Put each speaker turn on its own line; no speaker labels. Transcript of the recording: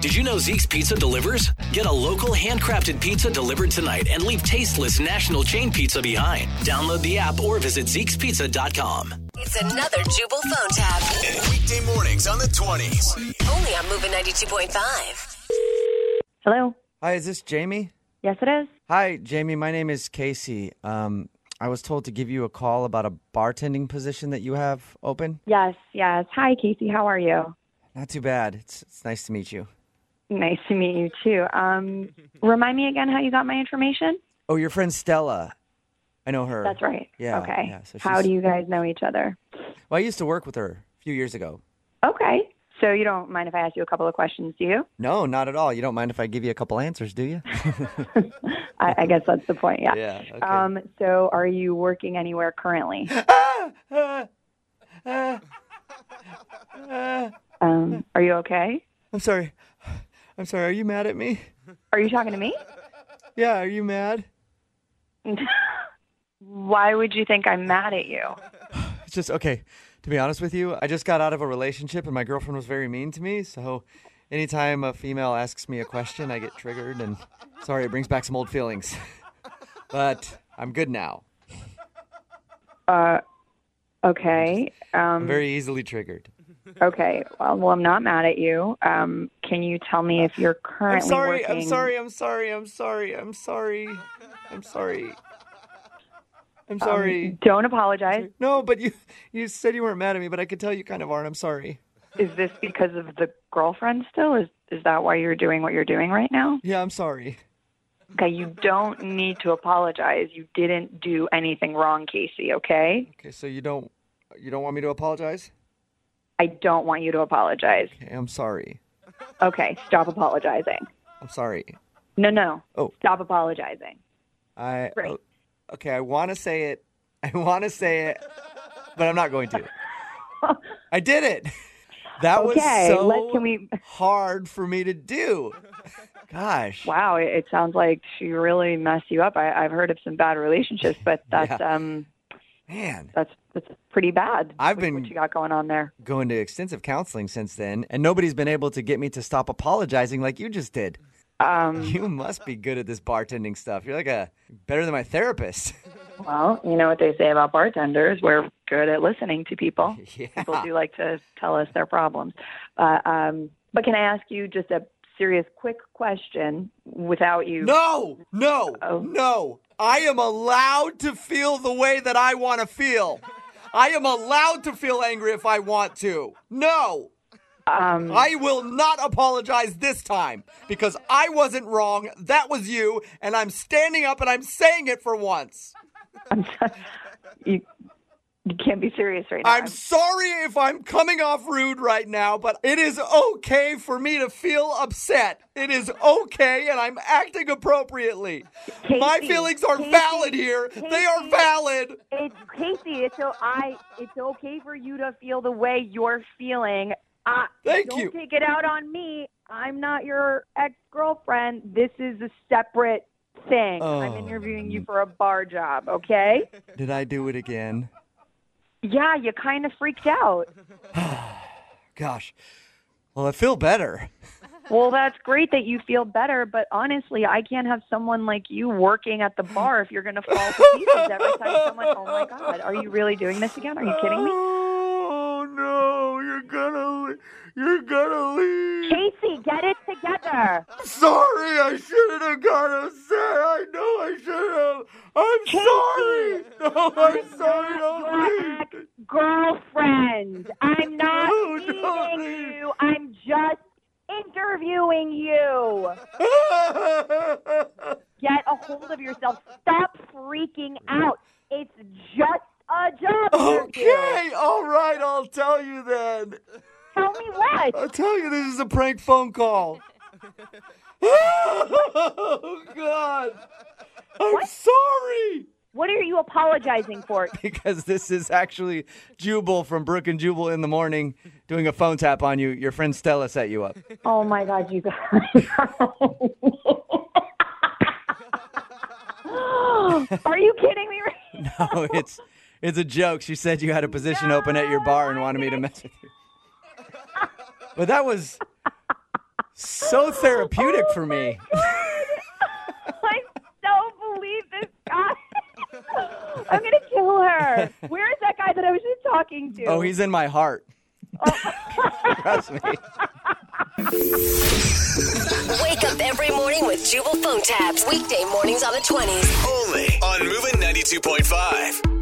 Did you know Zeke's Pizza delivers? Get a local handcrafted pizza delivered tonight and leave tasteless national chain pizza behind. Download the app or visit Zeke'sPizza.com.
It's another Jubal phone tab.
Weekday mornings on the 20s.
Only on Moving 92.5.
Hello.
Hi, is this Jamie?
Yes, it is.
Hi, Jamie. My name is Casey. Um, I was told to give you a call about a bartending position that you have open.
Yes, yes. Hi, Casey. How are you?
Not too bad. It's, it's nice to meet you.
Nice to meet you too. Um, remind me again how you got my information.
Oh, your friend Stella. I know her.
That's right.
Yeah.
Okay.
yeah, so
how
she's-
do you guys know each other?
Well, I used to work with her a few years ago.
Okay. So you don't mind if I ask you a couple of questions, do you?
No, not at all. You don't mind if I give you a couple answers, do you?
I, I guess that's the point. Yeah.
yeah. Okay.
Um, so are you working anywhere currently? um, are you okay?
I'm sorry. I'm sorry. Are you mad at me?
Are you talking to me?
Yeah. Are you mad?
Why would you think I'm mad at you?
It's just okay. To be honest with you, I just got out of a relationship and my girlfriend was very mean to me. So, anytime a female asks me a question, I get triggered and sorry, it brings back some old feelings. but I'm good now.
Okay.
I'm
Um,
very easily triggered.
Okay. Well, well, I'm not mad at you. Um, can you tell me if you're currently
I'm sorry.
working?
I'm sorry. I'm sorry. I'm sorry. I'm sorry. I'm sorry.
Um,
I'm sorry.
Don't apologize.
no, but you you said you weren't mad at me, but I could tell you kind of aren't. I'm sorry.
Is this because of the girlfriend still? Is is that why you're doing what you're doing right now?
Yeah, I'm sorry.
Okay, you don't need to apologize. You didn't do anything wrong, Casey, okay?
Okay, so you don't you don't want me to apologize?
I don't want you to apologize.
Okay, I'm sorry.
Okay, stop apologizing.
I'm sorry.
No, no.
Oh.
Stop apologizing.
I
Right.
oh, okay. I want to say it. I want to say it, but I'm not going to. I did it. That
Okay,
was so
let- can we-
hard for me to do. Gosh.
Wow, it, it sounds like she really messed you up. I, I've heard of some bad relationships, but that's um
man.
that's that's pretty bad.
I've
what-
been-
what you got going on there.
Going to extensive counseling since then, and nobody's been able to get me to stop apologizing like you just did.
Um,
You must be good at this bartending stuff. You're like a better than my therapist.
well, you know what they say about bartenders. We're good at listening to people.
Yeah.
People do like to tell us their problems. Uh, um, but can I ask you just a serious, quick question without you?
No, no,
Oh.
no. I am allowed to feel the way that I want to feel. I am allowed to feel angry if I want to. No,
Um,
I will not apologize this time because I wasn't wrong. That was you. And I'm standing up and I'm saying it for once.
you, you can't be serious right now.
I'm sorry if I'm coming off rude right now, but it is okay for me to feel upset. It is okay, and I'm acting appropriately. My
Casey,
feelings are
Casey,
valid here. They are
Casey.
valid.
It's Casey. It's so I. It's okay for you to feel the way you're feeling. I,
Thank
don't
you.
Take it out on me. I'm not your ex girlfriend. This is a separate thing. I'm
Oh.
interviewing you for a bar job. Okay.
Did I do it again?
yeah, you kind of freaked out.
Gosh. Well, I feel better.
Well, that's great that you feel better, but honestly, I can't have someone like you working at the bar if you're going to fall to pieces every time someone. Oh my God, are you really doing this again? Are you kidding me?
Oh no, you're gonna you're gonna leave.
Casey, get it together.
Sorry, I shouldn't have got upset. I know I should have. I'm sorry. No, I'm sorry. Don't leave.
girlfriend. I'm not
No,
leaving
don't leave.
you. I'm just interviewing you. Get a hold of yourself. Stop freaking out. It's just a job interview.
okay, all right. I'll tell you then.
Tell me what.
I'll tell you this is a prank phone call. oh God, I'm sorry.
What are you apologizing for?
Because this is actually Jubal from Brook and Jubal in the morning doing a phone tap on you. Your friend Stella set you up.
Oh my God, you guys. Are you kidding me? right now?
Oh, it's it's a joke. She said you had a position open at your bar and wanted me to mess with you. But that was so therapeutic for me.
I don't believe this guy. I'm gonna kill her. Where is that guy that I was just talking to?
Oh, he's in my heart. Trust me.
Wake up every morning with Jubal phone tabs. Weekday mornings on the 20s.
Only on Moving 92.5.